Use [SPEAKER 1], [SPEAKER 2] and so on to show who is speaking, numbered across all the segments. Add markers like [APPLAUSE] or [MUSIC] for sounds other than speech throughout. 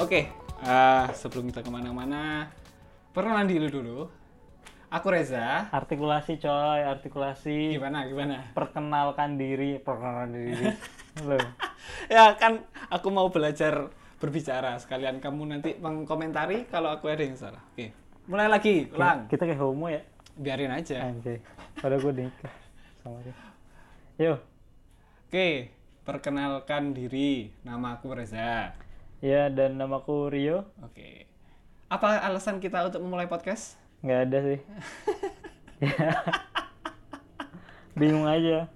[SPEAKER 1] Oke, eh, sebelum kita kemana-mana, perkenalan diri dulu. Aku Reza.
[SPEAKER 2] Artikulasi coy, artikulasi.
[SPEAKER 1] Gimana, gimana?
[SPEAKER 2] Perkenalkan diri,
[SPEAKER 1] [LAUGHS]
[SPEAKER 2] perkenalkan diri. Loh,
[SPEAKER 1] Ya kan, aku mau belajar berbicara. Sekalian kamu nanti mengkomentari kalau aku ada yang salah. Oke, mulai lagi, ulang.
[SPEAKER 2] kita kayak homo ya?
[SPEAKER 1] Biarin aja.
[SPEAKER 2] Anjay, padahal gue nikah sama dia. Yo,
[SPEAKER 1] Oke, perkenalkan diri. Nama aku Reza.
[SPEAKER 2] ya dan namaku Rio.
[SPEAKER 1] Oke. Apa alasan kita untuk memulai podcast?
[SPEAKER 2] Nggak ada
[SPEAKER 1] [LAUGHS]
[SPEAKER 2] sih. Ya. Bingung aja.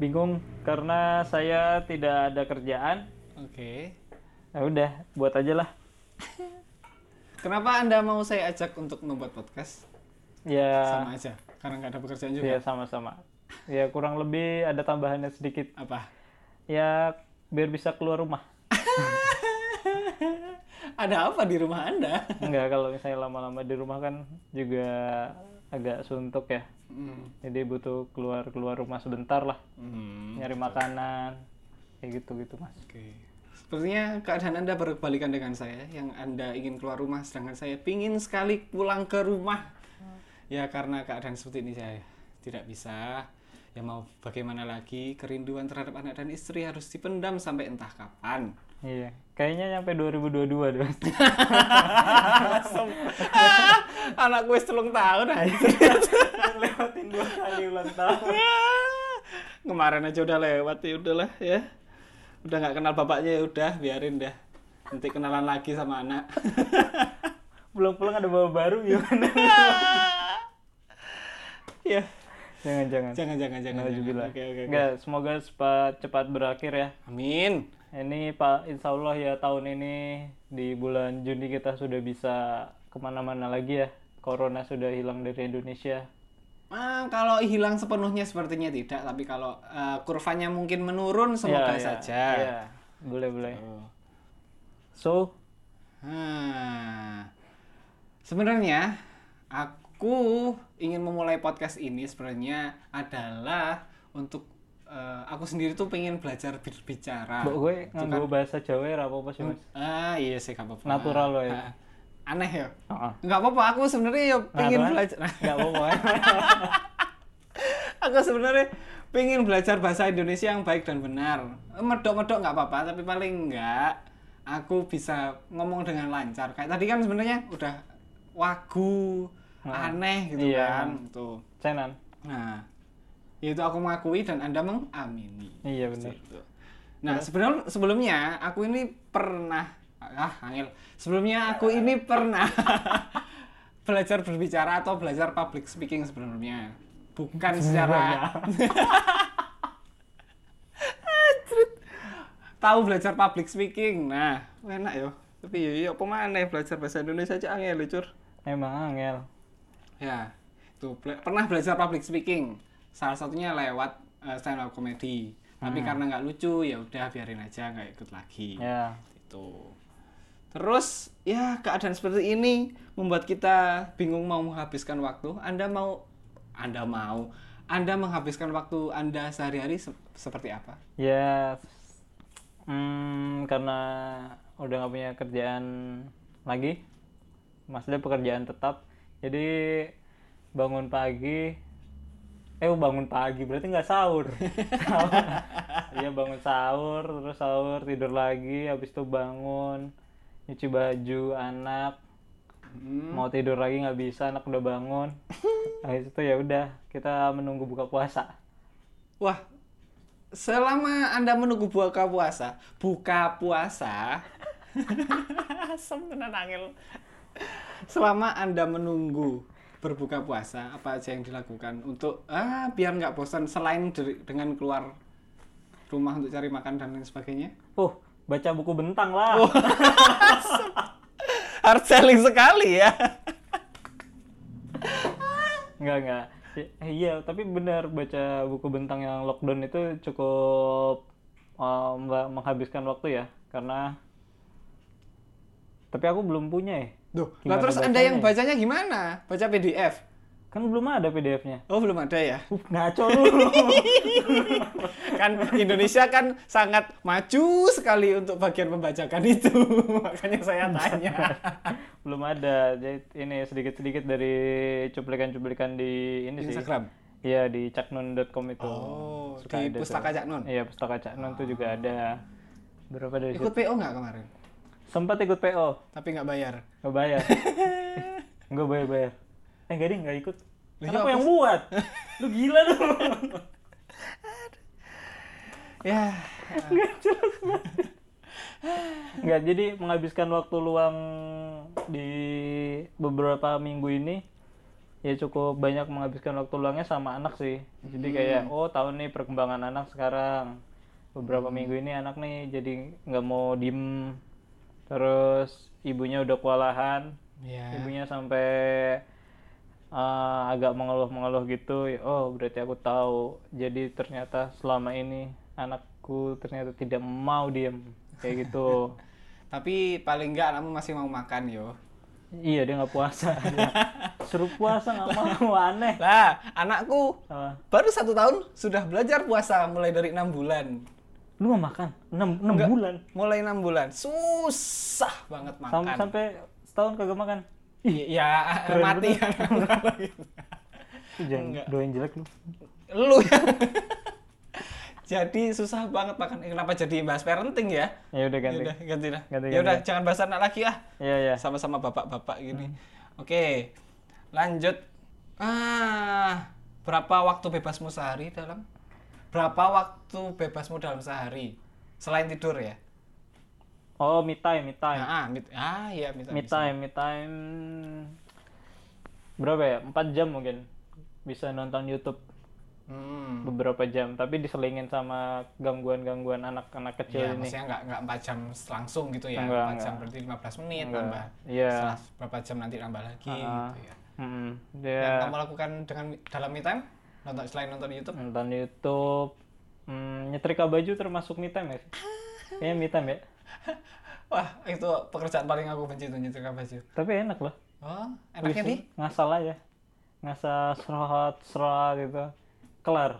[SPEAKER 2] Bingung karena saya tidak ada kerjaan.
[SPEAKER 1] Oke.
[SPEAKER 2] Ya udah, buat aja lah.
[SPEAKER 1] Kenapa Anda mau saya ajak untuk membuat podcast?
[SPEAKER 2] Ya,
[SPEAKER 1] Sama aja, karena nggak ada pekerjaan juga.
[SPEAKER 2] ya sama-sama. Ya kurang lebih ada tambahannya sedikit.
[SPEAKER 1] Apa?
[SPEAKER 2] Ya biar bisa keluar rumah.
[SPEAKER 1] Ada apa di rumah Anda?
[SPEAKER 2] Enggak, kalau misalnya lama-lama di rumah kan juga agak suntuk ya. Jadi butuh keluar-keluar rumah sebentar lah,
[SPEAKER 1] Hmm.
[SPEAKER 2] nyari makanan, kayak gitu-gitu mas.
[SPEAKER 1] Oke. Sepertinya keadaan Anda berkebalikan dengan saya, yang Anda ingin keluar rumah, sedangkan saya pingin sekali pulang ke rumah. Ya karena keadaan seperti ini saya tidak bisa. Ya mau bagaimana lagi, kerinduan terhadap anak dan istri harus dipendam sampai entah [LAUGHS] kapan.
[SPEAKER 2] Iya, kayaknya nyampe
[SPEAKER 1] [LAUGHS]
[SPEAKER 2] 2022 deh mas.
[SPEAKER 1] anak gue telung tahun aja.
[SPEAKER 2] Lewatin dua kali ulang tahun.
[SPEAKER 1] [LAUGHS] Kemarin aja udah lewat ya udahlah ya. Udah nggak kenal bapaknya ya udah biarin dah. Nanti kenalan lagi sama anak. [LAUGHS]
[SPEAKER 2] Belum pulang ada bawa baru gimana?
[SPEAKER 1] [LAUGHS] ya.
[SPEAKER 2] Jangan-jangan.
[SPEAKER 1] Jangan jangan jangan. jangan.
[SPEAKER 2] Alhamdulillah.
[SPEAKER 1] Oke oke. oke.
[SPEAKER 2] Enggak, semoga cepat cepat berakhir ya.
[SPEAKER 1] Amin.
[SPEAKER 2] Ini Pak, insya Allah ya tahun ini di bulan Juni kita sudah bisa kemana-mana lagi ya. Corona sudah hilang dari Indonesia.
[SPEAKER 1] Ah, kalau hilang sepenuhnya sepertinya tidak, tapi kalau eh, kurvanya mungkin menurun semoga
[SPEAKER 2] Ya, ya,
[SPEAKER 1] saja.
[SPEAKER 2] ya. boleh boleh.
[SPEAKER 1] Oh.
[SPEAKER 2] So,
[SPEAKER 1] Hmm. Sebenarnya aku ingin memulai podcast ini sebenarnya adalah untuk eh, aku sendiri tuh pengen belajar berbicara.
[SPEAKER 2] mbok gue nganggo bahasa Jawa ya apa apa sih mas?
[SPEAKER 1] Ah iya sih nggak apa-apa.
[SPEAKER 2] Natural lo ya.
[SPEAKER 1] Ah, aneh ya.
[SPEAKER 2] Heeh.
[SPEAKER 1] Nggak apa-apa. Aku sebenarnya ya pengen
[SPEAKER 2] Natural.
[SPEAKER 1] belajar.
[SPEAKER 2] Nggak apa-apa. [LAUGHS]
[SPEAKER 1] aku sebenarnya pengen belajar bahasa Indonesia yang baik dan benar. Medok-medok nggak apa-apa, tapi paling nggak aku bisa ngomong dengan lancar. Kayak tadi kan sebenarnya udah wagu, aneh gitu
[SPEAKER 2] Iya.
[SPEAKER 1] kan. Tuh.
[SPEAKER 2] Cenan.
[SPEAKER 1] Nah, itu aku mengakui dan Anda mengamini.
[SPEAKER 2] Iya benar.
[SPEAKER 1] Gitu. Nah, sebelum sebelumnya aku ini pernah ah Angel. Sebelumnya aku ini pernah [LAUGHS] belajar berbicara atau belajar public speaking sebelumnya. Bukan secara Ajrit. Tahu belajar public speaking. Nah, enak yo. Tapi yo yo pemaneh belajar bahasa Indonesia aja angel, yo, Cur.
[SPEAKER 2] Emang angel.
[SPEAKER 1] Ya, itu Bela- pernah belajar public speaking. Salah satunya lewat eh, stand up comedy. Tapi karena nggak lucu, ya udah biarin aja nggak ikut lagi.
[SPEAKER 2] Ya.
[SPEAKER 1] Itu. Terus ya keadaan seperti ini membuat kita bingung mau menghabiskan waktu. Anda mau, Anda mau, Anda menghabiskan waktu Anda sehari-hari se- seperti apa?
[SPEAKER 2] Ya. Hmm, karena udah nggak punya kerjaan lagi. Maksudnya pekerjaan tetap. Jadi bangun pagi eh bangun pagi berarti nggak sahur Iya bangun sahur terus sahur tidur lagi habis itu bangun nyuci baju anak mau tidur lagi nggak bisa anak udah bangun habis itu ya udah kita menunggu buka puasa
[SPEAKER 1] Wah, selama Anda menunggu buka puasa, buka puasa. Semenan angel. Selama Anda menunggu berbuka puasa, apa aja yang dilakukan untuk ah biar nggak bosan selain dari- dengan keluar rumah untuk cari makan dan lain sebagainya?
[SPEAKER 2] uh baca buku bentang lah
[SPEAKER 1] Hard selling sekali ya.
[SPEAKER 2] Enggak, enggak. I- Iya, tapi benar baca buku bentang yang lockdown itu cukup eh, mba- menghabiskan waktu ya, karena tapi aku belum punya ya.
[SPEAKER 1] Duh, lah terus Anda yang bacanya gimana? Baca PDF?
[SPEAKER 2] Kan belum ada PDF-nya.
[SPEAKER 1] Oh belum ada ya?
[SPEAKER 2] Uh,
[SPEAKER 1] [LAUGHS]
[SPEAKER 2] ngaco lu.
[SPEAKER 1] Kan Indonesia kan sangat maju sekali untuk bagian pembajakan itu. [LAUGHS] Makanya saya tanya.
[SPEAKER 2] belum ada. Jadi ini sedikit-sedikit dari cuplikan-cuplikan di ini sih.
[SPEAKER 1] Instagram.
[SPEAKER 2] Iya di caknun.com itu.
[SPEAKER 1] Oh,
[SPEAKER 2] Suka
[SPEAKER 1] di
[SPEAKER 2] ada tuh.
[SPEAKER 1] Pustaka Caknon.
[SPEAKER 2] Iya, pustaka Caknun itu juga ada. Berapa dari situ?
[SPEAKER 1] Ikut PO nggak kemarin?
[SPEAKER 2] Sempat ikut PO,
[SPEAKER 1] Tapi nggak bayar.
[SPEAKER 2] nggak
[SPEAKER 1] [LAUGHS]
[SPEAKER 2] bayar. nggak bayar-bayar. Eh, enggak deh, nggak ikut.
[SPEAKER 1] Lah, iya,
[SPEAKER 2] Kan aku
[SPEAKER 1] apa
[SPEAKER 2] yang buat.
[SPEAKER 1] [LAUGHS]
[SPEAKER 2] Lu gila lu.
[SPEAKER 1] Ya,
[SPEAKER 2] Nggak, jadi menghabiskan waktu luang di beberapa minggu ini ya cukup banyak menghabiskan waktu luangnya sama anak sih. Jadi
[SPEAKER 1] Hmm.
[SPEAKER 2] kayak oh tahu nih perkembangan anak sekarang. Beberapa
[SPEAKER 1] Hmm.
[SPEAKER 2] minggu ini anak nih jadi nggak mau diem. Terus ibunya udah kewalahan.
[SPEAKER 1] ya.
[SPEAKER 2] Ibunya sampai eh, agak mengeluh-mengeluh gitu. Ya, Oh berarti aku tahu. Jadi ternyata selama ini anakku ternyata tidak mau diem kayak [LAUGHS] gitu.
[SPEAKER 1] Tapi paling nggak kamu masih mau makan yo.
[SPEAKER 2] Iya dia nggak [LAUGHS] puasa. Suruh puasa nggak [LAUGHS] mau aneh.
[SPEAKER 1] Lah, anakku
[SPEAKER 2] Apa?
[SPEAKER 1] baru satu tahun sudah belajar puasa mulai dari enam bulan.
[SPEAKER 2] Lu nggak makan 6, bulan
[SPEAKER 1] Mulai enam bulan susah banget
[SPEAKER 2] Sam-
[SPEAKER 1] makan.
[SPEAKER 2] sampai setahun kagak makan.
[SPEAKER 1] Iya, mati
[SPEAKER 2] Ih, Jangan doain jelek lu.
[SPEAKER 1] Lu ya. [LAUGHS] Jadi susah banget makan. Eh, Kenapa jadi bahas parenting ya?
[SPEAKER 2] Ya udah ganti.
[SPEAKER 1] Yaudah, ganti lah.
[SPEAKER 2] Ganti, Hmm.
[SPEAKER 1] Ya udah, jangan bahas anak lagi ah.
[SPEAKER 2] Iya iya.
[SPEAKER 1] Sama-sama bapak-bapak gini. Oke. Lanjut. Ah, berapa waktu bebasmu sehari dalam? Berapa waktu bebasmu dalam sehari? Selain tidur ya?
[SPEAKER 2] Oh me time me time.
[SPEAKER 1] Ah, ah, mit, ah iya, mit,
[SPEAKER 2] Me time, me time berapa ya? 4 jam mungkin bisa nonton YouTube
[SPEAKER 1] Hmm.
[SPEAKER 2] beberapa jam, tapi diselingin sama gangguan-gangguan anak-anak
[SPEAKER 1] Iya,
[SPEAKER 2] kecil ini.
[SPEAKER 1] maksudnya nggak nggak 4 jam langsung gitu ya.
[SPEAKER 2] Enggak,
[SPEAKER 1] 4 jam berarti 15 menit
[SPEAKER 2] Enggak.
[SPEAKER 1] tambah.
[SPEAKER 2] Iya.
[SPEAKER 1] Setelah berapa jam nanti nambah lagi gitu ya.
[SPEAKER 2] Ah. Mm-mm.
[SPEAKER 1] Yang
[SPEAKER 2] Dia
[SPEAKER 1] kamu lakukan dengan dalam me time? Nonton selain nonton YouTube?
[SPEAKER 2] nonton YouTube, mm, nyetrika baju termasuk me time ya? sih? Kayaknya me time ya.
[SPEAKER 1] Wah, itu pekerjaan paling aku benci tuh nyetrika baju.
[SPEAKER 2] Tapi enak loh.
[SPEAKER 1] Oh, enaknya di?
[SPEAKER 2] Ngasal aja. Ngasal serot, serot gitu. Kelar.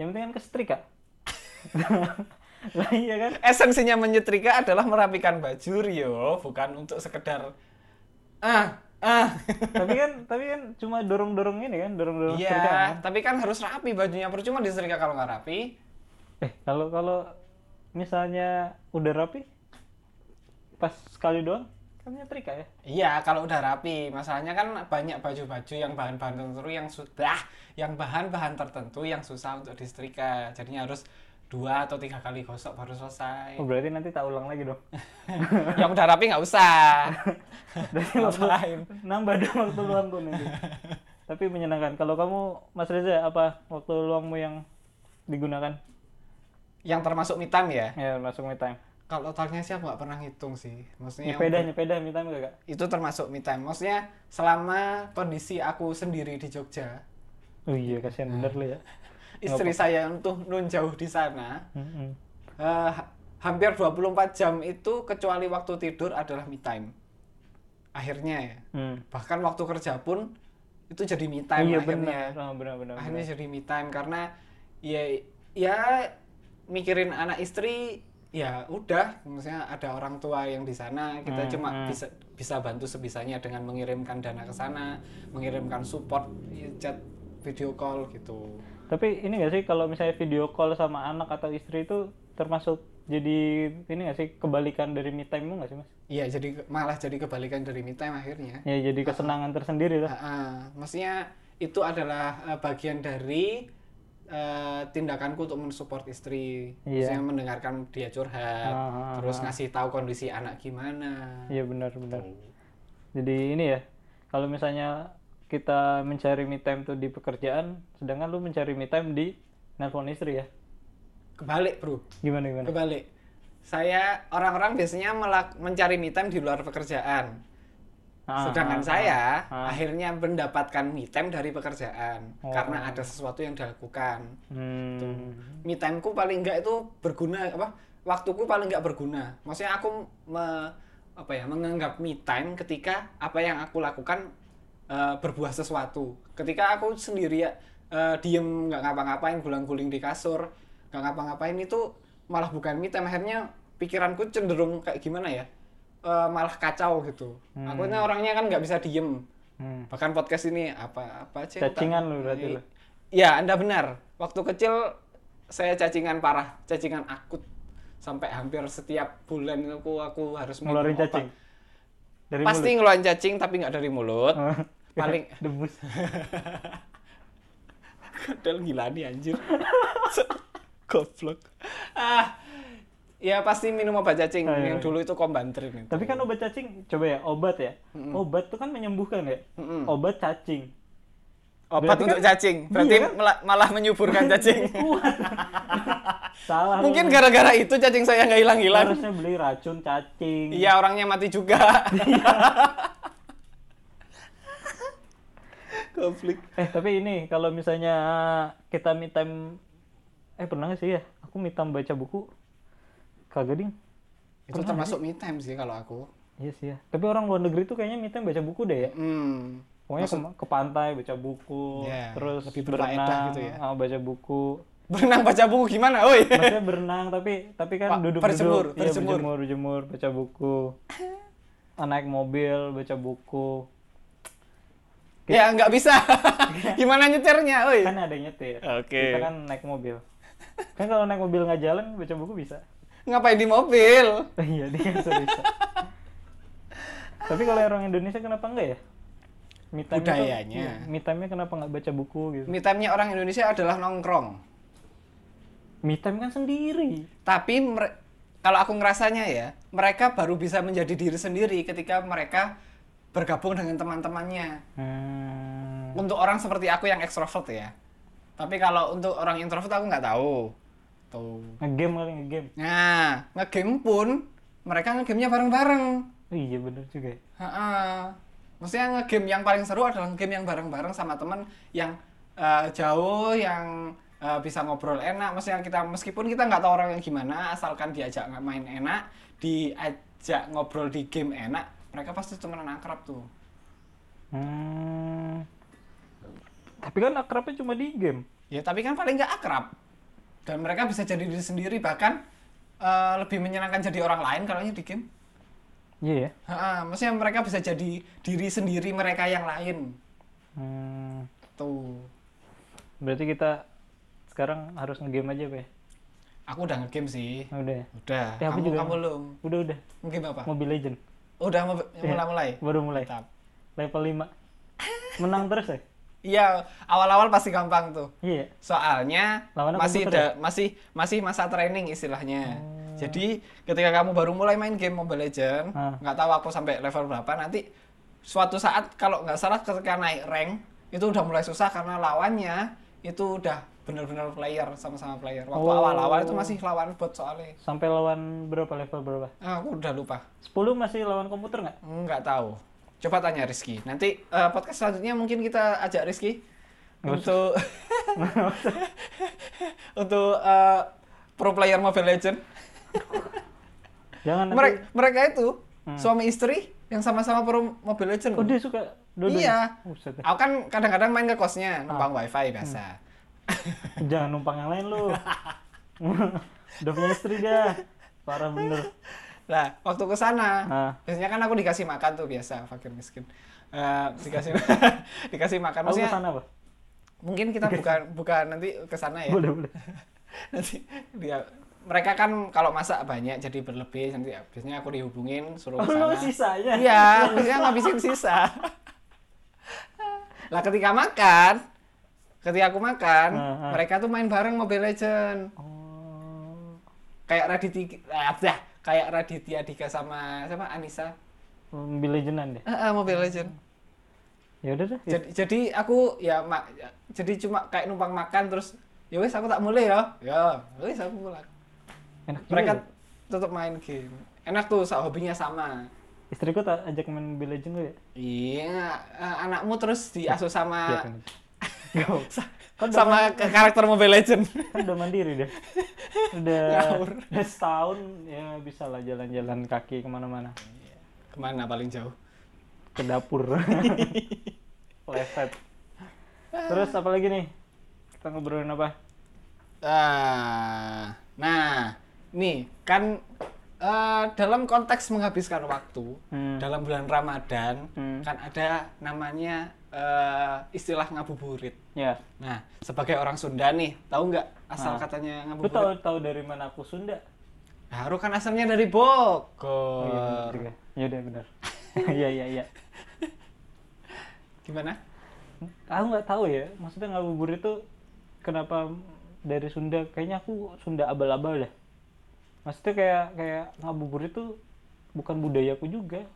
[SPEAKER 2] Yang penting kan kesetrika.
[SPEAKER 1] [LAUGHS]
[SPEAKER 2] lah iya kan?
[SPEAKER 1] Esensinya menyetrika adalah merapikan baju, Rio, bukan untuk sekedar ah ah.
[SPEAKER 2] tapi kan tapi kan cuma dorong dorong ini kan dorong dorong
[SPEAKER 1] Iya, tapi kan harus rapi bajunya. Percuma disetrika kalau nggak rapi.
[SPEAKER 2] eh kalau kalau misalnya udah rapi pas sekali doang kan nyetrika ya
[SPEAKER 1] Iya, kalau udah rapi. Masalahnya kan banyak baju-baju yang bahan-bahan tertentu yang sudah, yang bahan-bahan tertentu yang susah untuk disetrika. Jadinya harus dua atau tiga kali gosok baru selesai.
[SPEAKER 2] oh berarti nanti tak ulang lagi [LAUGHS] dong
[SPEAKER 1] [LAUGHS] yang udah rapi nggak usah.
[SPEAKER 2] berarti
[SPEAKER 1] Ngapain?
[SPEAKER 2] nambah dong waktu luangku [LAUGHS] nanti tapi menyenangkan kalau kamu Mas Reza apa waktu luangmu yang digunakan
[SPEAKER 1] yang termasuk mitam ya.
[SPEAKER 2] ya masuk me time
[SPEAKER 1] Kalau totalnya sih aku nggak pernah ngitung sih. Maksudnya yang
[SPEAKER 2] nyepeda nyepeda me time gak
[SPEAKER 1] itu termasuk me time. Maksudnya selama kondisi aku sendiri di Jogja,
[SPEAKER 2] oh iya kasihan bener lu ya
[SPEAKER 1] istri saya untuk nun jauh di sana,
[SPEAKER 2] Mm-mm.
[SPEAKER 1] eh, ha- hampir 24 jam itu kecuali waktu tidur adalah me time. Akhirnya ya.
[SPEAKER 2] Hmm.
[SPEAKER 1] Bahkan waktu kerja pun itu jadi me time
[SPEAKER 2] iya
[SPEAKER 1] akhirnya.
[SPEAKER 2] benar Ah, benar benar benar.
[SPEAKER 1] Akhirnya jadi me time karena ya ya mikirin anak istri ya udah misalnya ada orang tua yang di sana kita
[SPEAKER 2] Hmm,
[SPEAKER 1] cuma
[SPEAKER 2] hmm.
[SPEAKER 1] bisa bisa bantu sebisanya dengan mengirimkan dana ke sana mengirimkan support i- chat video call gitu
[SPEAKER 2] Tapi ini nggak sih kalau misalnya video call sama anak atau istri itu termasuk jadi ini nggak sih kebalikan dari me time nggak sih mas?
[SPEAKER 1] iya jadi ke- malah jadi kebalikan dari me time akhirnya
[SPEAKER 2] Ya jadi kesenangan tersendiri lah.
[SPEAKER 1] Ah, ah. maksudnya itu adalah eh, bagian dari eh, tindakanku untuk mensupport istri
[SPEAKER 2] Iya.
[SPEAKER 1] Maksudnya mendengarkan dia curhat
[SPEAKER 2] Ah, ah,
[SPEAKER 1] Ya, terus Oh. ngasih tahu kondisi anak gimana
[SPEAKER 2] Iya benar benar. Jadi ini ya kalau misalnya kita mencari me time tuh di pekerjaan, sedangkan lu mencari me time di nelpon istri ya?
[SPEAKER 1] kebalik bro
[SPEAKER 2] Gimana gimana?
[SPEAKER 1] kebalik saya orang-orang biasanya melak- mencari me time di luar pekerjaan
[SPEAKER 2] Ah,
[SPEAKER 1] sedangkan
[SPEAKER 2] ah,
[SPEAKER 1] saya
[SPEAKER 2] ah.
[SPEAKER 1] akhirnya mendapatkan me time dari pekerjaan
[SPEAKER 2] Oh.
[SPEAKER 1] karena ada sesuatu yang dilakukan
[SPEAKER 2] Hmm.
[SPEAKER 1] me time-ku paling enggak itu berguna apa waktuku paling enggak berguna maksudnya aku me- apa ya menganggap me time ketika apa yang aku lakukan eh, berbuah sesuatu. Ketika aku sendiri ya eh, diem nggak ngapa-ngapain, gulang-guling di kasur, nggak ngapa-ngapain itu malah bukan me time. Akhirnya pikiranku cenderung kayak gimana ya? Eh, malah kacau gitu. Aku ini orangnya kan nggak bisa diem.
[SPEAKER 2] Hmm.
[SPEAKER 1] Bahkan podcast ini apa-apa aja.
[SPEAKER 2] Cacingan lu berarti lu.
[SPEAKER 1] Ya, Anda benar. Waktu kecil saya cacingan parah, cacingan akut sampai hampir setiap bulan aku aku harus minum
[SPEAKER 2] Ngeluarin
[SPEAKER 1] obat.
[SPEAKER 2] cacing. Dari Oh.
[SPEAKER 1] Pasti ngeluarin cacing tapi nggak dari mulut.
[SPEAKER 2] mulut. [LAUGHS]
[SPEAKER 1] Paling
[SPEAKER 2] debus.
[SPEAKER 1] [LAUGHS] kadal gila nih anjir. [LAUGHS] Goblok. Ah. Ya pasti minum obat cacing.
[SPEAKER 2] Ah, iya,
[SPEAKER 1] Yang
[SPEAKER 2] iya.
[SPEAKER 1] dulu itu kombantrin itu.
[SPEAKER 2] Tapi kan obat cacing, coba ya, obat ya. Obat tuh kan menyembuhkan ya.
[SPEAKER 1] Mm-mm.
[SPEAKER 2] Obat
[SPEAKER 1] [LAUGHS]
[SPEAKER 2] cacing.
[SPEAKER 1] obat
[SPEAKER 2] berarti
[SPEAKER 1] untuk
[SPEAKER 2] kan-
[SPEAKER 1] cacing. Berarti
[SPEAKER 2] Iya kan?
[SPEAKER 1] mela- malah
[SPEAKER 2] [LAUGHS]
[SPEAKER 1] menyuburkan cacing.
[SPEAKER 2] Kuat. Salah. lu.
[SPEAKER 1] Mungkin gara-gara itu cacing saya nggak hilang-hilang.
[SPEAKER 2] harusnya beli racun cacing.
[SPEAKER 1] Iya orangnya mati juga. Konflik.
[SPEAKER 2] Eh, tapi ini kalau misalnya kita me time eh pernah nggak sih ya? Aku me time baca buku. Kagak ding.
[SPEAKER 1] Itu termasuk me time sih kalau aku.
[SPEAKER 2] Iya sih ya. Tapi orang luar negeri tuh kayaknya me time baca buku deh ya.
[SPEAKER 1] Hmm.
[SPEAKER 2] Pokoknya ke, ke pantai baca buku,
[SPEAKER 1] Iya,
[SPEAKER 2] terus
[SPEAKER 1] lebih berfaedah
[SPEAKER 2] berenang,
[SPEAKER 1] gitu ya.
[SPEAKER 2] ah, baca buku.
[SPEAKER 1] Berenang baca buku gimana, oi?
[SPEAKER 2] Maksudnya berenang tapi tapi
[SPEAKER 1] Wah,
[SPEAKER 2] kan
[SPEAKER 1] berjemur,
[SPEAKER 2] duduk-duduk, iya
[SPEAKER 1] berjemur.
[SPEAKER 2] berjemur, berjemur, baca buku.
[SPEAKER 1] [LAUGHS]
[SPEAKER 2] Ah, Naik mobil, baca buku.
[SPEAKER 1] ya nggak bisa. gimana nyetirnya, oi?
[SPEAKER 2] Kan ada yang nyetir.
[SPEAKER 1] Oke.
[SPEAKER 2] Kita kan naik mobil. Kan kalau naik mobil nggak jalan baca buku bisa. [LAUGHS]
[SPEAKER 1] Ngapain di mobil?
[SPEAKER 2] Oh iya, dia kan bisa. Tapi kalau orang Indonesia kenapa enggak ya? Me time-nya tuh-
[SPEAKER 1] Budayanya.
[SPEAKER 2] iya, me time-nya kenapa nggak baca buku gitu?
[SPEAKER 1] Me time-nya orang Indonesia adalah nongkrong.
[SPEAKER 2] Me time kan sendiri.
[SPEAKER 1] Tapi mere- kalau aku ngerasanya ya, mereka baru bisa menjadi diri sendiri ketika mereka bergabung dengan teman-temannya.
[SPEAKER 2] Hmm.
[SPEAKER 1] untuk orang seperti aku yang ekstrovert ya tapi kalau untuk orang introvert aku nggak tahu tuh
[SPEAKER 2] Ngegame kali ngegame.
[SPEAKER 1] nah ngegame pun mereka ngegamenya bareng-bareng
[SPEAKER 2] Oh, iya bener juga. ya.
[SPEAKER 1] Ha-ha. maksudnya ngegame yang paling seru adalah ngegame yang bareng-bareng sama teman yang eh, jauh yang eh, bisa ngobrol enak maksudnya kita meskipun kita nggak tahu orangnya gimana asalkan diajak main enak diajak ngobrol di game enak mereka pasti temenan akrab tuh
[SPEAKER 2] Hmm. Tapi kan akrabnya cuma di game.
[SPEAKER 1] Ya tapi kan paling nggak akrab. Dan mereka bisa jadi diri sendiri bahkan eh, lebih menyenangkan jadi orang lain kalau di game.
[SPEAKER 2] Iya ya.
[SPEAKER 1] Ha-ha, maksudnya mereka bisa jadi diri sendiri mereka yang lain.
[SPEAKER 2] Hmm.
[SPEAKER 1] Tuh.
[SPEAKER 2] Berarti kita sekarang harus ngegame aja, Pak. ya?
[SPEAKER 1] Aku udah ngegame sih.
[SPEAKER 2] Oh, udah ya.
[SPEAKER 1] Udah.
[SPEAKER 2] Ya, aku
[SPEAKER 1] kamu
[SPEAKER 2] juga.
[SPEAKER 1] kamu belum.
[SPEAKER 2] Udah udah.
[SPEAKER 1] Ngegame apa?
[SPEAKER 2] Mobile Legend.
[SPEAKER 1] Udah mau
[SPEAKER 2] Iya.
[SPEAKER 1] mulai-mulai.
[SPEAKER 2] Baru mulai.
[SPEAKER 1] Mantap.
[SPEAKER 2] Level 5. Menang terus ya?
[SPEAKER 1] Iya, awal-awal pasti gampang tuh.
[SPEAKER 2] Iya. ya?
[SPEAKER 1] Soalnya
[SPEAKER 2] Lawannya
[SPEAKER 1] masih
[SPEAKER 2] komputer
[SPEAKER 1] da- masih masih masa training istilahnya. Jadi ketika kamu baru mulai main game Mobile Legend,
[SPEAKER 2] Ah.
[SPEAKER 1] nggak tahu aku sampai level berapa nanti suatu saat kalau nggak salah ketika naik rank itu udah mulai susah karena lawannya itu udah benar-benar player sama-sama player. Waktu
[SPEAKER 2] Oh.
[SPEAKER 1] awal-awal itu masih lawan bot soalnya.
[SPEAKER 2] Sampai lawan berapa level berapa?
[SPEAKER 1] Ah, aku udah lupa.
[SPEAKER 2] 10 masih lawan komputer nggak?
[SPEAKER 1] Nggak tahu. Coba tanya Rizky. Nanti eh, podcast selanjutnya mungkin kita ajak Rizky untuk [LAUGHS] untuk eh, pro player Mobile Legend.
[SPEAKER 2] Jangan nanti. Hmm.
[SPEAKER 1] Mereka mereka itu suami istri yang sama-sama pro Mobile Legend.
[SPEAKER 2] Oh, dia suka dodol.
[SPEAKER 1] Iya.
[SPEAKER 2] Buset dah.
[SPEAKER 1] Aku kan kadang-kadang main ke
[SPEAKER 2] Ah.
[SPEAKER 1] kosnya numpang wifi [LAUGHS]
[SPEAKER 2] Hmm.
[SPEAKER 1] biasa.
[SPEAKER 2] Jangan numpang yang lain lu. Udah punya istri dia. Parah bener.
[SPEAKER 1] Nah, waktu ke sana,
[SPEAKER 2] Ah.
[SPEAKER 1] biasanya kan aku dikasih makan tuh biasa, fakir miskin. Eh,
[SPEAKER 2] [LAUGHS]
[SPEAKER 1] dikasih [LAUGHS] dikasih makan
[SPEAKER 2] Aku
[SPEAKER 1] maksudnya
[SPEAKER 2] kesana, Pak.
[SPEAKER 1] mungkin kita bukan bukan nanti ke sana ya.
[SPEAKER 2] Boleh, boleh.
[SPEAKER 1] nanti dia mereka kan kalau masak banyak jadi berlebih nanti biasanya aku dihubungin suruh
[SPEAKER 2] Oh,
[SPEAKER 1] ke sana
[SPEAKER 2] lu sisanya.
[SPEAKER 1] iya biasanya ngabisin sisa lah ketika makan ketika aku makan
[SPEAKER 2] Nah, nah.
[SPEAKER 1] mereka tuh main bareng Mobile Legend
[SPEAKER 2] Oh.
[SPEAKER 1] kayak Raditya ah, dah. kayak Raditya Dika sama sama Anissa
[SPEAKER 2] Mobile Legend deh.
[SPEAKER 1] Eh, eh, Mobile Legend
[SPEAKER 2] Ya udah deh.
[SPEAKER 1] jadi, jadi aku ya mak jadi cuma kayak numpang makan terus ya wes aku tak mulai ya ya wes aku pulang
[SPEAKER 2] Enak juga
[SPEAKER 1] mereka
[SPEAKER 2] tuh.
[SPEAKER 1] tetap main game enak tuh sa- hobinya sama
[SPEAKER 2] istriku tak ajak main Mobile Legend lu ya.
[SPEAKER 1] iya eh, anakmu terus diasuh sama
[SPEAKER 2] Iya kan. [LAUGHS] Gak usah. Kan udah,
[SPEAKER 1] sama ke- karakter Mobile Legend [LAUGHS]
[SPEAKER 2] kan udah mandiri deh. Udah,
[SPEAKER 1] Ngawur.
[SPEAKER 2] udah setahun ya bisa lah jalan-jalan kaki kemana-mana. [LAUGHS]
[SPEAKER 1] kemana paling jauh
[SPEAKER 2] Ke dapur. Leset. Terus apa lagi nih? Kita ngobrolin apa?
[SPEAKER 1] Ah, nah, nih kan eh, dalam konteks menghabiskan waktu
[SPEAKER 2] Hmm.
[SPEAKER 1] dalam bulan Ramadan
[SPEAKER 2] Hmm.
[SPEAKER 1] kan ada namanya eh, istilah ngabuburit.
[SPEAKER 2] Ya.
[SPEAKER 1] Nah, sebagai orang Sunda nih, tahu nggak asal
[SPEAKER 2] Ah.
[SPEAKER 1] katanya
[SPEAKER 2] Lu
[SPEAKER 1] ngabuburit?
[SPEAKER 2] tahu tahu dari mana aku Sunda?
[SPEAKER 1] Haru kan asalnya dari Bogor.
[SPEAKER 2] Oh, iya benar juga. Iya udah [LAUGHS] benar. Iya iya iya.
[SPEAKER 1] Gimana?
[SPEAKER 2] Aku nggak tahu ya. Maksudnya ngabuburit itu kenapa dari Sunda? Kayaknya aku Sunda abal-abal dah. Maksudnya kayak kayak ngabuburit itu bukan budayaku juga.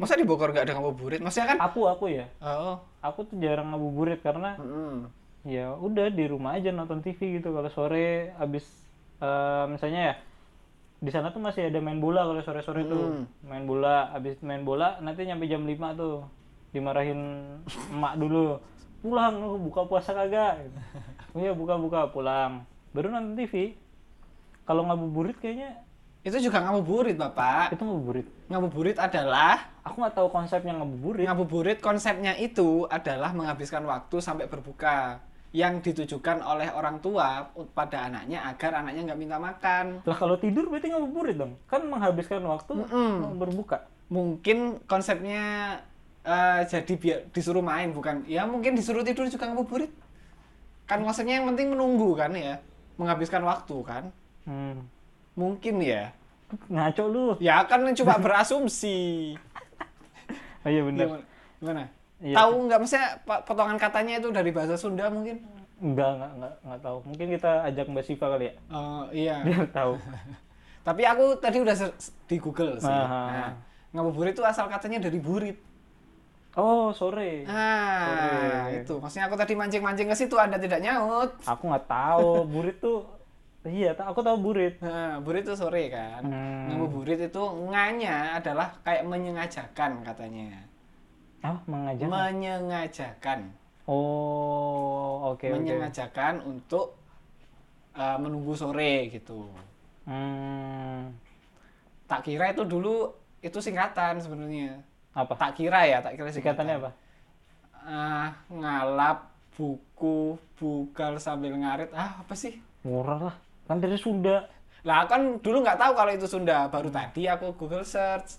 [SPEAKER 1] Masa di Bogor nggak ada ngabuburit? Maksudnya kan?
[SPEAKER 2] Aku aku ya.
[SPEAKER 1] Oh,
[SPEAKER 2] Aku tuh jarang ngabuburit karena
[SPEAKER 1] mm-mm.
[SPEAKER 2] ya udah di rumah aja nonton TV gitu kalau sore abis eh, misalnya ya di sana tuh masih ada main bola kalau sore-sore tuh main bola abis main bola nanti nyampe jam 5 tuh dimarahin emak dulu pulang lu buka puasa kagak gitu. oh iya buka-buka pulang baru nonton TV kalau ngabuburit kayaknya
[SPEAKER 1] itu juga ngabuburit bapak.
[SPEAKER 2] itu ngabuburit
[SPEAKER 1] Ngabuburit adalah
[SPEAKER 2] aku nggak tahu konsepnya ngabuburit
[SPEAKER 1] Ngabuburit konsepnya itu adalah menghabiskan waktu sampai berbuka yang ditujukan oleh orang tua pada anaknya agar anaknya nggak minta makan.
[SPEAKER 2] lah kalau tidur berarti ngabuburit dong kan menghabiskan waktu berbuka
[SPEAKER 1] Mungkin konsepnya eh, jadi biar disuruh main bukan? Ya mungkin disuruh tidur juga ngabuburit. Kan konsepnya yang penting menunggu kan ya, menghabiskan waktu kan?
[SPEAKER 2] hmm.
[SPEAKER 1] Mungkin ya.
[SPEAKER 2] ngaco lu
[SPEAKER 1] Ya kan cuma berasumsi.
[SPEAKER 2] oh, iya benar
[SPEAKER 1] Gimana? Gimana?
[SPEAKER 2] Iya.
[SPEAKER 1] Tahu nggak maksudnya pa- potongan katanya itu dari bahasa Sunda mungkin?
[SPEAKER 2] Enggak, enggak, enggak, enggak tahu. Mungkin kita ajak Mbak Siva kali ya. [LAUGHS]
[SPEAKER 1] Eh, iya.
[SPEAKER 2] Biar tahu.
[SPEAKER 1] Tapi aku tadi udah ser- di Google sih.
[SPEAKER 2] Aha.
[SPEAKER 1] Nah, ngabuburit itu asal katanya dari burit.
[SPEAKER 2] Oh, sore.
[SPEAKER 1] Ah,
[SPEAKER 2] Sore.
[SPEAKER 1] itu. Maksudnya aku tadi mancing-mancing ke situ Anda tidak nyaut.
[SPEAKER 2] Aku nggak tahu. Burit tuh Iya, ta- aku tahu burit.
[SPEAKER 1] Nah, burit itu sore kan.
[SPEAKER 2] Hmm.
[SPEAKER 1] Ngabuburit itu nganya adalah kayak menyengajakan katanya.
[SPEAKER 2] Ah, mengajak.
[SPEAKER 1] Menyengajakan.
[SPEAKER 2] oh, oke, oke.
[SPEAKER 1] menyengajakan untuk eh, menunggu sore gitu.
[SPEAKER 2] Hmm,
[SPEAKER 1] Tak kira itu dulu itu singkatan sebenarnya.
[SPEAKER 2] apa?
[SPEAKER 1] Tak kira ya, tak kira singkatan.
[SPEAKER 2] Singkatannya apa?
[SPEAKER 1] ah ngalap buku bugal sambil ngarit ah apa sih
[SPEAKER 2] Murah lah. Kan dari Sunda.
[SPEAKER 1] lah kan dulu nggak tahu kalau itu Sunda
[SPEAKER 2] Hmm.
[SPEAKER 1] baru tadi aku Google search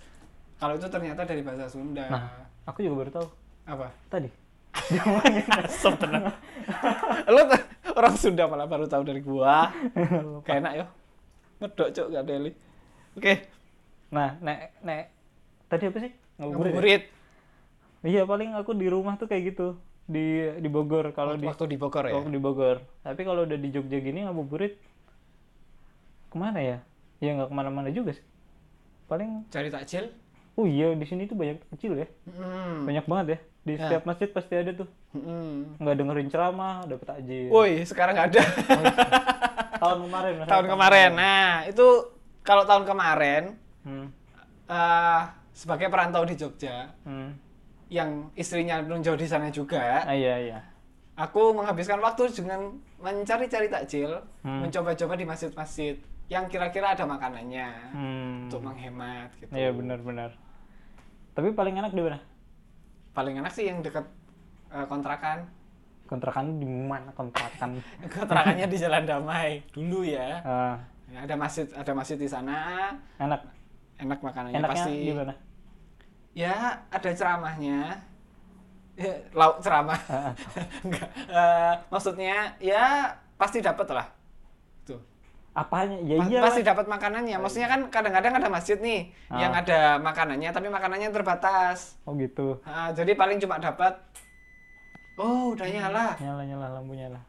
[SPEAKER 1] kalau itu ternyata dari bahasa Sunda
[SPEAKER 2] Nah, Aku juga baru tahu.
[SPEAKER 1] apa
[SPEAKER 2] Tadi.
[SPEAKER 1] [LAUGHS] lo t- orang Sunda malah baru tahu dari
[SPEAKER 2] [LAUGHS]
[SPEAKER 1] gua kayak enak yo medok cok gak deli oke
[SPEAKER 2] Nah, nek nek tadi apa sih? Ngabuburit. ya?
[SPEAKER 1] ngabuburit
[SPEAKER 2] Iya, paling aku di rumah tuh kayak gitu. Di di Bogor kalau di Oh.
[SPEAKER 1] waktu di Bogor ya
[SPEAKER 2] Kalau di Bogor. Tapi kalau udah di Jogja gini ngabuburit kemana ya? Ya nggak kemana-mana juga sih. Paling,
[SPEAKER 1] cari takjil
[SPEAKER 2] oh iya di sini tuh banyak kecil ya,
[SPEAKER 1] Mm-mm.
[SPEAKER 2] banyak banget ya. Di
[SPEAKER 1] Hmm. Ya.
[SPEAKER 2] setiap masjid pasti ada tuh.
[SPEAKER 1] Mm-mm.
[SPEAKER 2] Nggak dengerin ceramah, dapet takjil.
[SPEAKER 1] woi sekarang nggak ada
[SPEAKER 2] Oh, iya. Tahun kemarin. rasanya.
[SPEAKER 1] [LAUGHS] tahun kemarin nah itu kalau tahun kemarin
[SPEAKER 2] Hmm,
[SPEAKER 1] eh, sebagai perantau di Jogja
[SPEAKER 2] hmm.
[SPEAKER 1] yang istrinya nun jauh di sana juga,
[SPEAKER 2] Ah, iya iya.
[SPEAKER 1] aku menghabiskan waktu dengan mencari-cari takjil,
[SPEAKER 2] Hmm.
[SPEAKER 1] mencoba-coba di masjid-masjid yang kira-kira ada makanannya
[SPEAKER 2] Hmm.
[SPEAKER 1] untuk menghemat gitu.
[SPEAKER 2] Iya benar-benar. Tapi paling enak di mana?
[SPEAKER 1] Paling enak sih yang dekat eh, kontrakan. [LAUGHS]
[SPEAKER 2] Kontrakan di mana kontrakan?
[SPEAKER 1] Kontrakannya di Jalan Damai dulu ya.
[SPEAKER 2] Ah,
[SPEAKER 1] Ya, ada masjid, ada masjid di sana.
[SPEAKER 2] enak.
[SPEAKER 1] Enak makanannya
[SPEAKER 2] Enaknya
[SPEAKER 1] pasti.
[SPEAKER 2] di mana?
[SPEAKER 1] Ya, ada ceramahnya. Ya, lauk
[SPEAKER 2] [LAUGHS]
[SPEAKER 1] ceramah.
[SPEAKER 2] Ah, ah.
[SPEAKER 1] Enggak. Eh, maksudnya ya pasti dapat lah. Tuh.
[SPEAKER 2] apanya? Ya
[SPEAKER 1] Pa-
[SPEAKER 2] iya.
[SPEAKER 1] pasti dapat makanannya. Maksudnya kan kadang-kadang ada masjid nih
[SPEAKER 2] Ah.
[SPEAKER 1] yang ada makanannya tapi makanannya terbatas.
[SPEAKER 2] Oh gitu.
[SPEAKER 1] Ah, jadi paling cuma dapat Oh, udah nyala.
[SPEAKER 2] Nyala nyala lampunya nyala.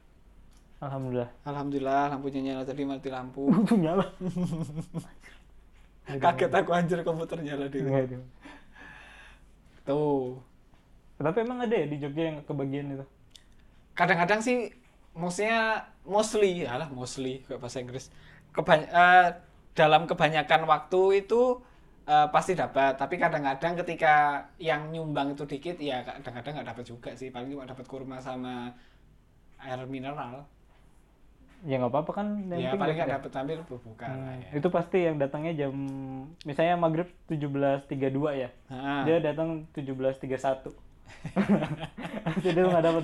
[SPEAKER 2] Alhamdulillah. [LAUGHS]
[SPEAKER 1] Alhamdulillah lampunya nyala tadi mati lampu.
[SPEAKER 2] Untung nyala.
[SPEAKER 1] Kaget aku anjir komputer nyala dulu.
[SPEAKER 2] Enggak itu. Iya.
[SPEAKER 1] Tuh.
[SPEAKER 2] Tapi emang ada ya di Jogja yang kebagian itu?
[SPEAKER 1] Kadang-kadang sih maksudnya mostly, alah mostly kayak bahasa Inggris. Kebany- eh, dalam kebanyakan waktu itu eh, pasti dapat, tapi kadang-kadang ketika yang nyumbang itu dikit ya kadang-kadang nggak dapat juga sih, paling cuma dapat kurma sama air mineral.
[SPEAKER 2] Ya nggak apa-apa kan. yang
[SPEAKER 1] ya
[SPEAKER 2] penting
[SPEAKER 1] paling nggak
[SPEAKER 2] dapat ya.
[SPEAKER 1] dapat hampir berbuka lah ya.
[SPEAKER 2] Hmm, Itu pasti yang datangnya jam misalnya maghrib 17.32 ya.
[SPEAKER 1] Ah.
[SPEAKER 2] [LAUGHS] Dia datang 17.31. Sudah nggak dapat.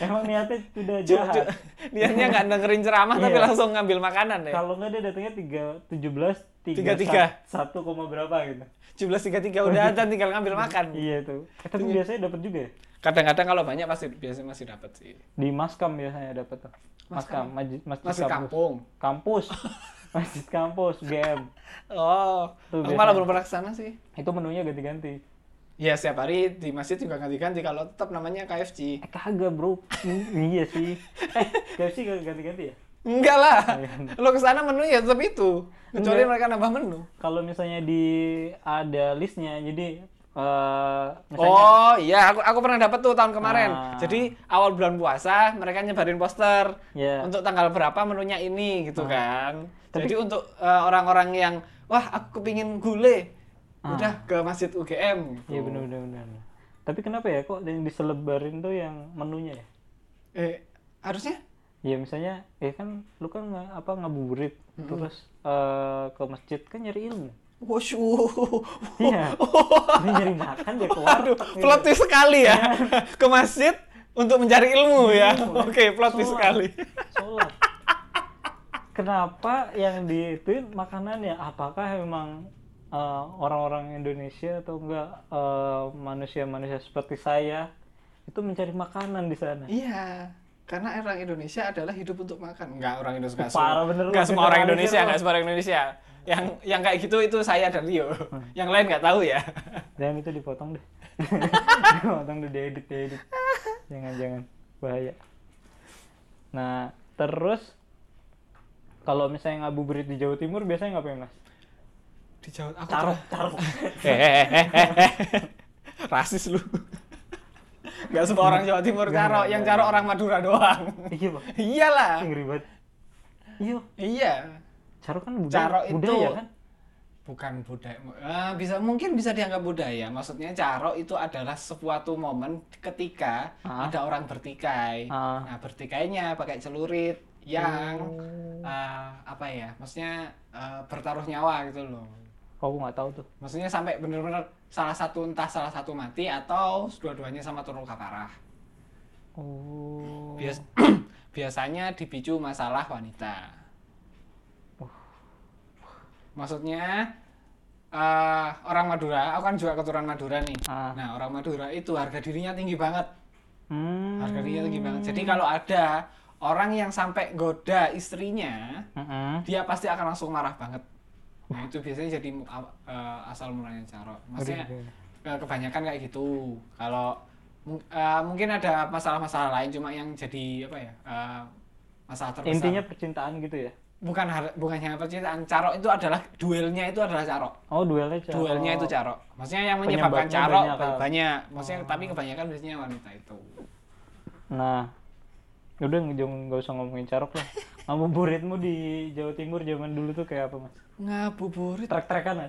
[SPEAKER 2] Emang niatnya sudah
[SPEAKER 1] Cu-
[SPEAKER 2] jahat.
[SPEAKER 1] [LAUGHS] niatnya nggak dengerin ceramah tapi
[SPEAKER 2] Iya.
[SPEAKER 1] langsung ngambil makanan ya
[SPEAKER 2] Kalau nggak dia datangnya tiga tujuh belas
[SPEAKER 1] Tiga,
[SPEAKER 2] tiga
[SPEAKER 1] tiga.
[SPEAKER 2] satu koma berapa gitu.
[SPEAKER 1] 17.33 udah dan tinggal ngambil makan
[SPEAKER 2] Iya itu. Eh, tapi biasanya dapat juga. ya?
[SPEAKER 1] kadang-kadang kalau banyak pasti biasanya masih dapat sih
[SPEAKER 2] Di maskam biasanya dapat tuh. Maskam, maji- masjid,
[SPEAKER 1] masih
[SPEAKER 2] kampus.
[SPEAKER 1] kampung
[SPEAKER 2] Kampus. [LAUGHS] Masjid kampus GM.
[SPEAKER 1] oh
[SPEAKER 2] Tuh,
[SPEAKER 1] aku
[SPEAKER 2] biasanya.
[SPEAKER 1] malah belum pernah kesana sih
[SPEAKER 2] Itu menunya ganti-ganti.
[SPEAKER 1] ya setiap hari di masjid juga ganti-ganti kalau tetap namanya KFC
[SPEAKER 2] Eh kagak, Bro. Mm, iya sih. Eh, KFC kagak ganti-ganti ya?
[SPEAKER 1] enggak lah
[SPEAKER 2] [LAUGHS] Iya.
[SPEAKER 1] lo kesana menu ya tetap itu kecuali
[SPEAKER 2] Enggak.
[SPEAKER 1] mereka nambah menu
[SPEAKER 2] Kalau misalnya di ada listnya, jadi eh misalnya
[SPEAKER 1] Oh iya, aku aku pernah dapat tuh tahun kemarin.
[SPEAKER 2] Ah.
[SPEAKER 1] Jadi awal bulan puasa mereka nyebarin poster
[SPEAKER 2] Ya.
[SPEAKER 1] untuk tanggal berapa menunya ini gitu
[SPEAKER 2] Ah.
[SPEAKER 1] kan. Jadi untuk eh, orang-orang yang wah aku pingin gule, udah ke masjid UGM. gitu.
[SPEAKER 2] Ah. Iya benar benar benar. Tapi kenapa ya kok yang diselebarin tuh yang menunya ya?
[SPEAKER 1] Eh harusnya
[SPEAKER 2] Ya misalnya, ya kan lu kan nge, apa ngabuburit terus eh, ke masjid kan nyari ilmu.
[SPEAKER 1] wushu. [LAUGHS]
[SPEAKER 2] Iya. Lu nyari makan ya ke
[SPEAKER 1] Oh. Aduh,
[SPEAKER 2] warteg. gitu.
[SPEAKER 1] plot twist sekali [LAUGHS] ya. ke masjid untuk mencari ilmu ya.
[SPEAKER 2] Ilmu.
[SPEAKER 1] Oke, plot twist
[SPEAKER 2] Sholat.
[SPEAKER 1] sekali.
[SPEAKER 2] Sholat. Kenapa yang diituin makanannya? Apakah memang eh, orang-orang Indonesia atau enggak eh, manusia-manusia seperti saya itu mencari makanan di sana?
[SPEAKER 1] Iya, karena orang Indonesia adalah hidup untuk makan. Enggak orang Indonesia. enggak
[SPEAKER 2] Parah
[SPEAKER 1] semua-
[SPEAKER 2] bener lu,
[SPEAKER 1] enggak semua orang
[SPEAKER 2] generalisir
[SPEAKER 1] Indonesia,
[SPEAKER 2] lu.
[SPEAKER 1] enggak semua orang Indonesia. Yang yang kayak gitu itu saya dan Rio. Yang lain nggak tahu ya.
[SPEAKER 2] Dan itu dipotong
[SPEAKER 1] [LAUGHS]
[SPEAKER 2] deh. dipotong deh, diedit, diedit. Jangan-jangan bahaya. Nah, terus kalau misalnya ngabuburit di Jawa Timur biasanya ngapain mas?
[SPEAKER 1] Di Jawa aku
[SPEAKER 2] Taruh,
[SPEAKER 1] ter-
[SPEAKER 2] taruh.
[SPEAKER 1] [LAUGHS] Eh, eh, eh, eh, eh. Rasis lu. Enggak semua orang Jawa Timur
[SPEAKER 2] Enggak,
[SPEAKER 1] caro,
[SPEAKER 2] enggak,
[SPEAKER 1] yang
[SPEAKER 2] enggak.
[SPEAKER 1] caro orang Madura doang.
[SPEAKER 2] iya pak,
[SPEAKER 1] Iyalah.
[SPEAKER 2] ngeri banget. Iya,
[SPEAKER 1] Iya.
[SPEAKER 2] caro kan budaya,
[SPEAKER 1] Caro itu-
[SPEAKER 2] budaya kan?
[SPEAKER 1] bukan budaya Ah, bisa mungkin bisa dianggap budaya maksudnya caro itu adalah suatu momen ketika
[SPEAKER 2] Ah.
[SPEAKER 1] ada orang bertikai
[SPEAKER 2] Ah.
[SPEAKER 1] nah bertikainya pakai celurit yang
[SPEAKER 2] Hmm.
[SPEAKER 1] ah, apa ya maksudnya ah, bertaruh nyawa gitu loh
[SPEAKER 2] Kok Oh, aku nggak tahu tuh.
[SPEAKER 1] maksudnya sampai bener-bener salah satu entah salah satu mati atau dua-duanya sama turun kafarah
[SPEAKER 2] Oh,
[SPEAKER 1] Bias- [CLEARS THROAT] biasanya dipicu masalah wanita. Maksudnya eh, orang Madura, aku kan juga keturunan Madura nih.
[SPEAKER 2] Ah.
[SPEAKER 1] Nah orang Madura itu harga dirinya tinggi banget,
[SPEAKER 2] hmm.
[SPEAKER 1] harga dirinya tinggi banget. Jadi kalau ada orang yang sampai goda istrinya,
[SPEAKER 2] Mm-mm.
[SPEAKER 1] dia pasti akan langsung marah banget. Nah itu biasanya jadi mu- aw- eh, asal mulanya caro. Maksudnya
[SPEAKER 2] Ngeri, ngeri.
[SPEAKER 1] eh, kebanyakan kayak gitu. Kalau mung- eh, mungkin ada masalah-masalah lain cuma yang jadi apa ya? eh, masalah terbesar.
[SPEAKER 2] Intinya percintaan gitu ya?
[SPEAKER 1] bukan har- bukan hanya percintaan. Caro itu adalah duelnya itu adalah caro.
[SPEAKER 2] Oh duelnya caro.
[SPEAKER 1] Duelnya itu caro. Maksudnya yang menyebabkan
[SPEAKER 2] Penyebabnya
[SPEAKER 1] caro
[SPEAKER 2] banyak,
[SPEAKER 1] banyak.
[SPEAKER 2] kan?
[SPEAKER 1] Maksudnya tapi kebanyakan biasanya wanita itu.
[SPEAKER 2] Nah, udah jangan nggak usah ngomongin carok lah. Ngabuburitmu di Jawa Timur zaman dulu tuh kayak apa mas?
[SPEAKER 1] Ngabuburit.
[SPEAKER 2] Trek-trekan ya?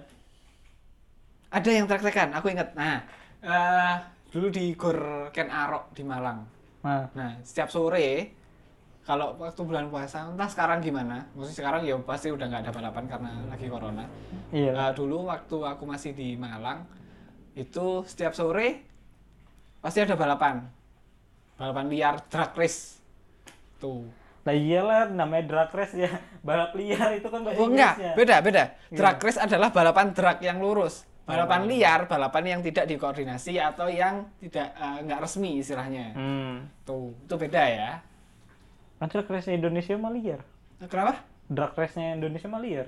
[SPEAKER 1] Ada yang trek-trekan, aku ingat. Nah, eh, dulu di Gor Ken Arok di Malang.
[SPEAKER 2] Nah,
[SPEAKER 1] Nah, setiap sore kalau waktu bulan puasa, entah sekarang gimana. Maksudnya sekarang ya pasti udah nggak ada balapan karena lagi corona.
[SPEAKER 2] iya.
[SPEAKER 1] Eh, dulu waktu aku masih di Malang, itu setiap sore pasti ada balapan. Balapan liar drag race. Tuh.
[SPEAKER 2] Nah iyalah namanya drag race ya. [LAUGHS] Balap liar itu kan bahasa
[SPEAKER 1] Oh enggak,
[SPEAKER 2] Inggrisnya. Iya.
[SPEAKER 1] beda, beda. Drag race adalah balapan drag yang lurus. Balapan liar, balapan yang tidak dikoordinasi atau yang tidak eh, nggak resmi istilahnya.
[SPEAKER 2] Hmm.
[SPEAKER 1] Tuh, itu beda ya. Nah,
[SPEAKER 2] Kan drag race Indonesia mah liar.
[SPEAKER 1] Kenapa?
[SPEAKER 2] Drag race-nya Indonesia mah liar.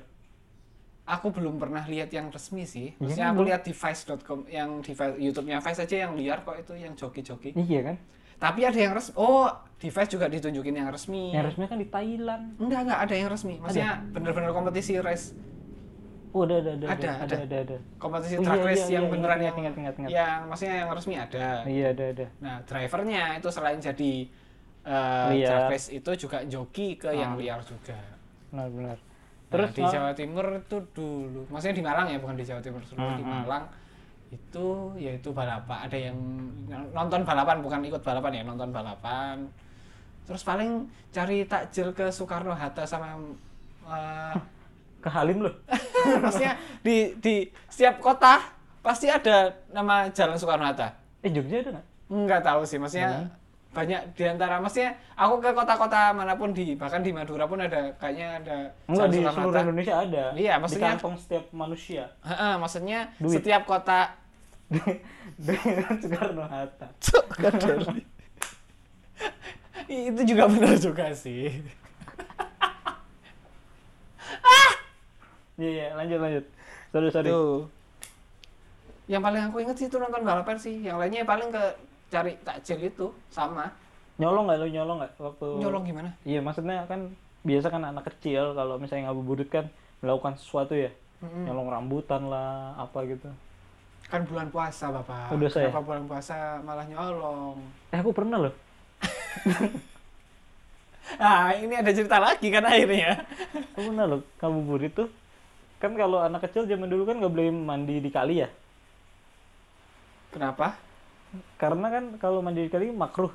[SPEAKER 1] aku belum pernah lihat yang resmi sih.
[SPEAKER 2] Iya
[SPEAKER 1] Maksudnya
[SPEAKER 2] kan,
[SPEAKER 1] aku
[SPEAKER 2] belum.
[SPEAKER 1] lihat di Vice.com yang di Vice- YouTube-nya Vice aja yang liar kok itu yang joki-joki.
[SPEAKER 2] Iya kan?
[SPEAKER 1] Tapi ada yang resmi. Oh, di Vice juga ditunjukin yang resmi.
[SPEAKER 2] Yang resmi kan di Thailand.
[SPEAKER 1] Enggak, enggak ada yang resmi. Maksudnya bener-bener kompetisi race,
[SPEAKER 2] Oh, ada ada ada
[SPEAKER 1] Ada,
[SPEAKER 2] ada
[SPEAKER 1] ada.
[SPEAKER 2] ada. ada.
[SPEAKER 1] kompetisi
[SPEAKER 2] Oh, iya,
[SPEAKER 1] drag
[SPEAKER 2] iya,
[SPEAKER 1] race
[SPEAKER 2] iya,
[SPEAKER 1] yang
[SPEAKER 2] ingat,
[SPEAKER 1] beneran
[SPEAKER 2] ingat,
[SPEAKER 1] yang
[SPEAKER 2] ingat, ingat, ingat.
[SPEAKER 1] yang maksudnya yang resmi ada.
[SPEAKER 2] Iya ada ada.
[SPEAKER 1] Nah, drivernya itu selain jadi eh,
[SPEAKER 2] Liar. Ah.
[SPEAKER 1] drag race itu juga joki ke yang liar juga.
[SPEAKER 2] Benar benar.
[SPEAKER 1] Terus Nah,
[SPEAKER 2] Terus
[SPEAKER 1] di
[SPEAKER 2] oh.
[SPEAKER 1] Jawa Timur itu dulu, maksudnya di Malang ya, bukan di Jawa Timur, seluruh
[SPEAKER 2] Hmm,
[SPEAKER 1] di Malang itu yaitu balapan, ada yang nonton balapan bukan ikut balapan ya, nonton balapan. Terus paling cari takjil ke Soekarno Hatta sama eh, [LAUGHS]
[SPEAKER 2] ke Halim loh.
[SPEAKER 1] maksudnya di di setiap kota pasti ada nama jalan Soekarno Hatta.
[SPEAKER 2] Eh Jogja ada nggak?
[SPEAKER 1] nggak tahu sih
[SPEAKER 2] Hmm.
[SPEAKER 1] maksudnya banyak diantara maksudnya aku ke kota-kota manapun di bahkan di Madura pun ada kayaknya ada jalan
[SPEAKER 2] Enggak di
[SPEAKER 1] Soekarno-Hatta.
[SPEAKER 2] seluruh Indonesia ada.
[SPEAKER 1] Iya,
[SPEAKER 2] di
[SPEAKER 1] maksudnya-
[SPEAKER 2] kantong setiap manusia. [LAUGHS]
[SPEAKER 1] Heeh, maksudnya
[SPEAKER 2] Duit.
[SPEAKER 1] setiap
[SPEAKER 2] [LAUGHS]
[SPEAKER 1] kota
[SPEAKER 2] Dengan Soekarno Hatta.
[SPEAKER 1] Cuk,
[SPEAKER 2] kan
[SPEAKER 1] kadeli. itu juga benar juga sih
[SPEAKER 2] Iya, iya, lanjut lanjut. Sorry sorry.
[SPEAKER 1] tuh yang paling aku inget sih itu nonton balapan sih yang lainnya paling ke cari takjil itu sama
[SPEAKER 2] Nyolong nggak lu nyolong nggak waktu?
[SPEAKER 1] nyolong gimana
[SPEAKER 2] Iya maksudnya kan biasa kan anak kecil kalau misalnya ngabuburit kan melakukan sesuatu ya.
[SPEAKER 1] Mm-mm.
[SPEAKER 2] Nyolong rambutan lah apa gitu.
[SPEAKER 1] kan bulan puasa bapak
[SPEAKER 2] Oh, dosa ya?
[SPEAKER 1] Kenapa bulan puasa malah nyolong
[SPEAKER 2] Eh aku pernah loh.
[SPEAKER 1] ah ini ada cerita lagi kan akhirnya
[SPEAKER 2] Aku pernah loh ngabuburit tuh. Kan kalau anak kecil zaman dulu kan nggak boleh mandi di kali ya.
[SPEAKER 1] kenapa
[SPEAKER 2] Karena kan kalau mandi di kali makruh.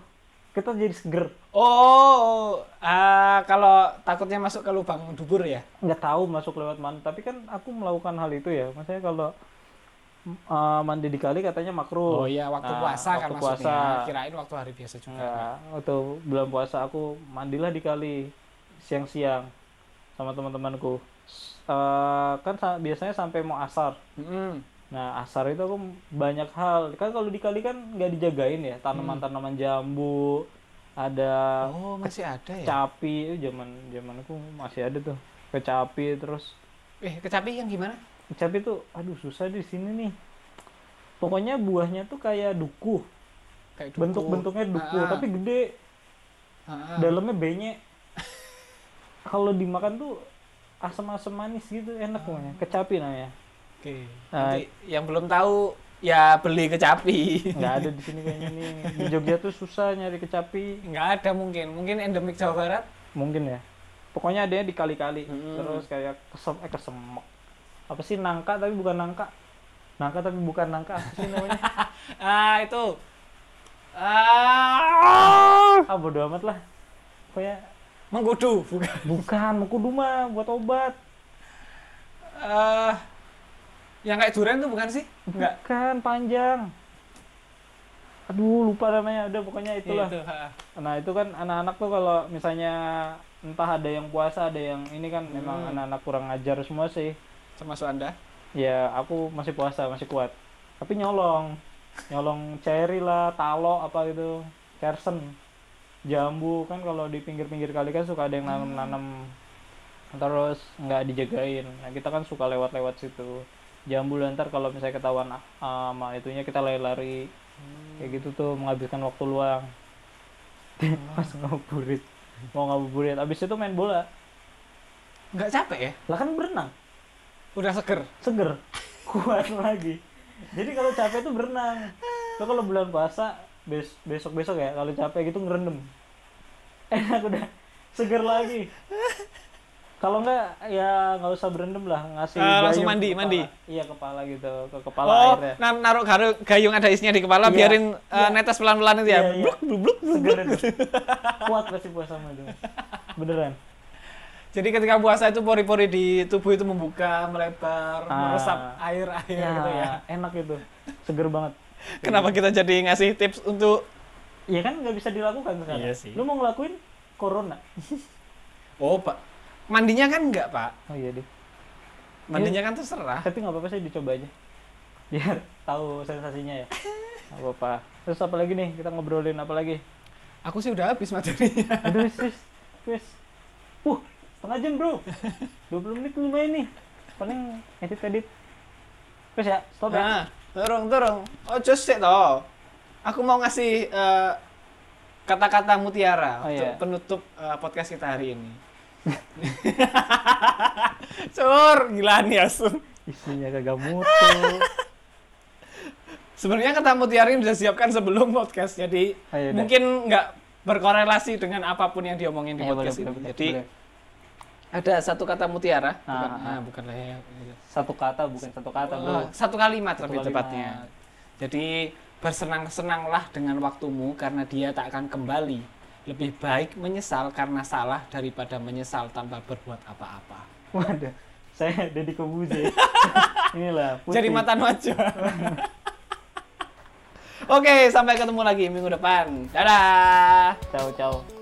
[SPEAKER 2] Kita jadi seger.
[SPEAKER 1] Oh, ah, kalau takutnya masuk ke lubang dubur ya?
[SPEAKER 2] nggak tahu masuk lewat mana tapi kan aku melakukan hal itu ya maksudnya kalau eh, mandi di kali katanya
[SPEAKER 1] Oh
[SPEAKER 2] makruh
[SPEAKER 1] iya, waktu
[SPEAKER 2] Nah,
[SPEAKER 1] puasa kan
[SPEAKER 2] waktu
[SPEAKER 1] maksudnya.
[SPEAKER 2] puasa. Ah.
[SPEAKER 1] Kirain waktu hari biasa juga.
[SPEAKER 2] Nggak, waktu bulan puasa aku mandilah di kali siang-siang sama teman-temanku S- eh, kan sa- biasanya sampai mau asar
[SPEAKER 1] Mm-mm.
[SPEAKER 2] nah asar itu aku banyak hal kan kalau di kali kan nggak dijagain ya tanaman-tanaman jambu ada
[SPEAKER 1] Oh, masih ada ya?
[SPEAKER 2] kecapi eh, zaman zamanku masih ada tuh kecapi terus
[SPEAKER 1] Eh, kecapi yang gimana?
[SPEAKER 2] Kecapi tuh, aduh susah di sini nih. Pokoknya buahnya tuh kayak duku,
[SPEAKER 1] Kayak duku.
[SPEAKER 2] bentuk-bentuknya duku,
[SPEAKER 1] Ah, ah.
[SPEAKER 2] tapi gede,
[SPEAKER 1] Ah, ah.
[SPEAKER 2] dalamnya benyek. Kalau dimakan tuh asam-asam manis gitu, enak pokoknya. Kecapi namanya.
[SPEAKER 1] Oke.
[SPEAKER 2] Ah.
[SPEAKER 1] Nanti yang belum tahu ya beli kecapi. [LAUGHS]
[SPEAKER 2] Nggak ada di sini kayaknya nih. Di Jogja tuh susah nyari kecapi,
[SPEAKER 1] Nggak ada mungkin. Mungkin endemik Jawa Barat.
[SPEAKER 2] mungkin ya. Pokoknya adanya di kali-kali,
[SPEAKER 1] Hmm.
[SPEAKER 2] terus kayak kesem, eh kesemek. Apa sih nangka tapi bukan nangka? Nangka tapi bukan nangka, apa sih namanya?
[SPEAKER 1] Ah, itu. Ah,
[SPEAKER 2] ah bodo amat lah. Pokoknya
[SPEAKER 1] mengkudu bukan.
[SPEAKER 2] Bukan, mengkudu mah buat obat.
[SPEAKER 1] Ah, yang kayak durian tuh bukan sih? Enggak.
[SPEAKER 2] Bukan, panjang. Aduh, lupa namanya. Udah, pokoknya itulah.
[SPEAKER 1] Itu, ah.
[SPEAKER 2] Nah, itu kan anak-anak tuh kalau misalnya entah ada yang puasa, ada yang ini kan memang
[SPEAKER 1] Hmm.
[SPEAKER 2] anak-anak kurang ajar semua sih.
[SPEAKER 1] termasuk anda
[SPEAKER 2] Ya, aku masih puasa, masih kuat. Tapi nyolong. Nyolong cherry lah, talo apa gitu. Kersen. Jambu kan kalau di pinggir-pinggir kali kan suka ada yang nanam-nanam. Terus nggak dijagain. Nah, kita kan suka lewat-lewat situ. Jambu lah, ntar kalau misalnya ketahuan ah, sama itunya kita lari-lari. Kayak gitu tuh menghabiskan waktu luang. [LAUGHS] Pas ngabuburit. Mau ngabuburit. Abis itu main bola.
[SPEAKER 1] nggak capek ya
[SPEAKER 2] Lah kan berenang.
[SPEAKER 1] udah seger
[SPEAKER 2] seger [LAUGHS] kuat lagi jadi kalau capek tuh berenang lo kalau bulan puasa bes besok besok ya kalau capek gitu ngerendam [LAUGHS] enak udah seger lagi kalau enggak ya nggak usah berendam lah ngasih
[SPEAKER 1] Ah, langsung
[SPEAKER 2] gayung
[SPEAKER 1] mandi,
[SPEAKER 2] ke kepala.
[SPEAKER 1] mandi.
[SPEAKER 2] iya kepala gitu ke kepala
[SPEAKER 1] oh
[SPEAKER 2] airnya
[SPEAKER 1] na- naruh garu- gayung ada isinya di kepala
[SPEAKER 2] Iya.
[SPEAKER 1] biarin eh,
[SPEAKER 2] Iya.
[SPEAKER 1] netes pelan pelan itu ya
[SPEAKER 2] Iya, iya.
[SPEAKER 1] Bluk, bluk, bluk, bluk,
[SPEAKER 2] seger
[SPEAKER 1] bluk. [LAUGHS]
[SPEAKER 2] itu kuat pasti puasa sama itu beneran
[SPEAKER 1] jadi ketika puasa itu pori pori di tubuh itu membuka melebar
[SPEAKER 2] Ah.
[SPEAKER 1] meresap air air
[SPEAKER 2] ya,
[SPEAKER 1] gitu ya
[SPEAKER 2] enak itu seger banget
[SPEAKER 1] kenapa kita jadi ngasih tips untuk
[SPEAKER 2] ya kan nggak bisa dilakukan sekarang
[SPEAKER 1] Iya sih.
[SPEAKER 2] lu mau ngelakuin corona
[SPEAKER 1] oh pak mandinya kan enggak pak
[SPEAKER 2] oh iya deh
[SPEAKER 1] mandinya kan terserah
[SPEAKER 2] tapi nggak apa-apa sih dicoba aja [LAUGHS] biar tahu sensasinya ya nggak apa-apa terus apa lagi nih kita ngobrolin apa lagi
[SPEAKER 1] aku sih udah habis materinya
[SPEAKER 2] aduh wis wis wis uh setengah jam bro 20 menit lumayan nih paling edit edit terus ya stop ya
[SPEAKER 1] nah turung turung oh just it toh aku mau ngasih eh, kata-kata mutiara
[SPEAKER 2] Oh,
[SPEAKER 1] untuk
[SPEAKER 2] iya.
[SPEAKER 1] penutup eh, podcast kita hari ini [LAUGHS] Sur, gila nih Asun.
[SPEAKER 2] isinya kagak mutu
[SPEAKER 1] Sebenarnya kata mutiara ini sudah siapkan sebelum podcast, jadi
[SPEAKER 2] Oh, iya, udah.
[SPEAKER 1] mungkin nggak berkorelasi dengan apapun yang diomongin di
[SPEAKER 2] Ayo, Iya, boleh,
[SPEAKER 1] podcast
[SPEAKER 2] boleh,
[SPEAKER 1] ini.
[SPEAKER 2] boleh,
[SPEAKER 1] Jadi
[SPEAKER 2] boleh.
[SPEAKER 1] ada satu kata mutiara, bukan,
[SPEAKER 2] Ah, ah.
[SPEAKER 1] ah, bukan lah ya.
[SPEAKER 2] satu kata bukan satu kata bro
[SPEAKER 1] Oh, satu kalimat
[SPEAKER 2] Satu
[SPEAKER 1] lebih
[SPEAKER 2] kalimat.
[SPEAKER 1] tepatnya. Jadi bersenang-senanglah dengan waktumu karena dia tak akan kembali. Lebih baik menyesal karena salah daripada menyesal tanpa berbuat apa-apa.
[SPEAKER 2] [LAUGHS] waduh saya Deddy [LAUGHS] Kobuze inilah putih.
[SPEAKER 1] Jadi mata nojo. Oke, sampai ketemu lagi minggu depan. Dadah.
[SPEAKER 2] Ciao, ciao.